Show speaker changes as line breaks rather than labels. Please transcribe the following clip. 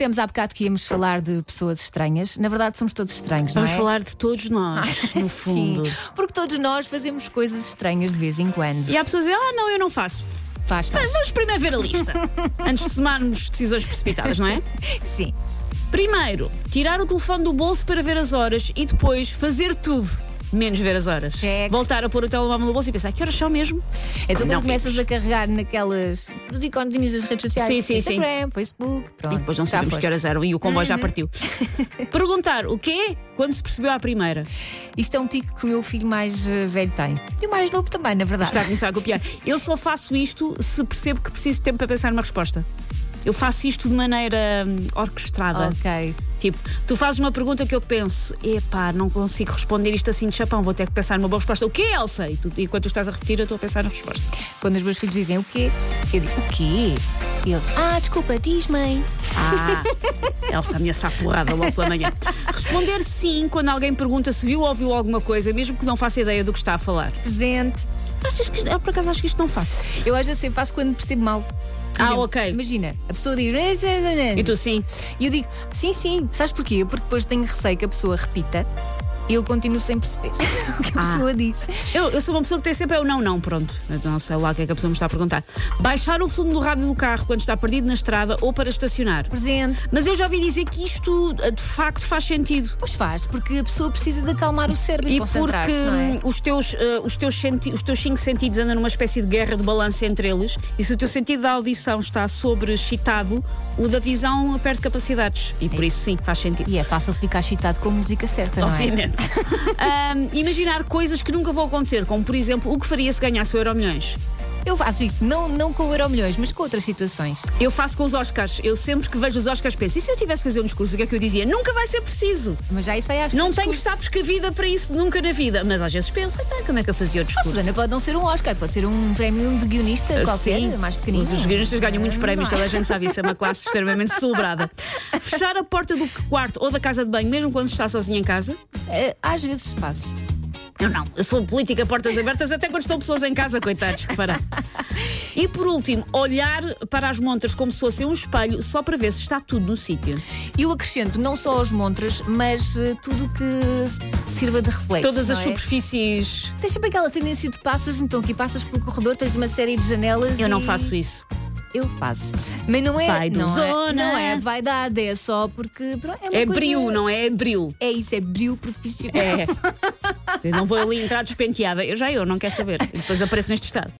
Temos há bocado que íamos falar de pessoas estranhas. Na verdade, somos todos estranhos,
Vamos
não é? Ah,
falar de todos nós, no fundo.
Sim, porque todos nós fazemos coisas estranhas de vez em quando.
E há pessoas que dizem, ah, não, eu não faço.
Faz,
Mas
faz.
vamos primeiro ver a lista, antes de tomarmos decisões precipitadas, não é?
Sim.
Primeiro, tirar o telefone do bolso para ver as horas e depois fazer tudo. Menos ver as horas.
Cheque.
Voltar a pôr o telemóvel no bolso e pensar que horas são mesmo?
Então
Não
quando começas a carregar naquelas nos iconezinhos das redes sociais,
Sim, sim,
Instagram, Facebook, pronto.
E depois não
já
sabemos
foste. Uhum.
que horas eram e o comboio já partiu. Perguntar o quê? Quando se percebeu à primeira.
Isto é um tique que o meu filho mais eh, velho tem. E o mais novo também, na verdade.
Está a começar a copiar. Eu só faço isto se percebo que preciso de tempo para pensar numa resposta. Eu faço isto de maneira hum, orquestrada.
Ok.
Tipo, tu fazes uma pergunta que eu penso, epá, não consigo responder isto assim de chapão, vou ter que pensar numa boa resposta. O quê, Elsa? E tu, enquanto tu estás a repetir, eu estou a pensar na resposta.
Quando os meus filhos dizem o quê? Eu digo, o quê? E ele, ah, desculpa, diz mãe.
Ah, Elsa ameaça a porrada logo pela manhã. Responder sim quando alguém pergunta se viu ou ouviu alguma coisa, mesmo que não faça ideia do que está a falar.
Presente.
Achas que, eu por acaso acho que isto não faço.
Eu às vezes eu faço quando percebo mal. Por
Ah,
exemplo,
ok.
Imagina, a pessoa diz.
E tu sim.
E eu digo, sim, sim. Sabes porquê? Porque depois tenho receio que a pessoa repita e eu continuo sem perceber o que a
Ah.
pessoa disse.
Eu, eu sou uma pessoa que tem sempre é o não, não, pronto. Eu Não sei lá o que é que a pessoa me está a perguntar. Baixar o volume do rádio do carro quando está perdido na estrada ou para estacionar.
Presente.
Mas eu já ouvi dizer que isto eh, de facto faz sentido.
Pois faz, porque a pessoa precisa de acalmar o cérebro e,
E porque
concentrar-se, não é?
hum, os teus, eh, os, teus senti- os teus cinco sentidos andam numa espécie de guerra de balanço entre eles, e se o teu sentido da audição está sobreexcitado, o da visão perde capacidades. E por isso sim, faz sentido.
E é fácil ficar excitado com a música certa, não é?
Obviamente. Hum, imaginar coisas que nunca vão acontecer, como por exemplo, o que faria se ganhasse o Euro Milhões?
Eu faço isto, não, não com o Euro Milhões, mas com outras situações.
Eu faço com os Oscars. Eu sempre que vejo os Oscars penso, e se eu tivesse que fazer um discurso, o que é que eu dizia? Nunca vai ser preciso.
Mas já isso aí acho
Não
um
tenho que
discurso.
estar prescrevida para isso nunca na vida. Mas às vezes penso, então como é que eu fazia o discurso?
Susana, pode não ser um Oscar, pode ser um prémio de guionista qualquer,
Ah, Sim.
mais pequenino.
Assim,
Ah.
Os guionistas ganham muitos
Não
prémios,
há.
toda a gente sabe isso, é uma classe extremamente celebrada. Fechar a porta do quarto ou da casa de banho, mesmo quando se está sozinha em casa.
Eh, Às vezes faço.
Não, não, eu sou política, portas abertas, até quando estão pessoas em casa, coitados, que parado. E por último, olhar para as montas como se fosse um espelho, só para ver se está tudo no sítio.
Eu acrescento não só os montras, mas eh, tudo que se- sirva de reflexo.
Todas as
não é?
superfícies.
Tens sempre aquela tendência de passas, então aqui passas pelo corredor, tens uma série de janelas.
Eu não
e-
faço isso.
Eu faço. Mas não é.
Vai do
não, é
zona.
não é vaidade, é só porque. pronto, É, uma
É
coisa-
brio, não é? É brio.
É isso, é brilho profissional.
É. Eu não vou ali entrar despenteada. Eu já eu, não quero saber. Depois apareço neste estado.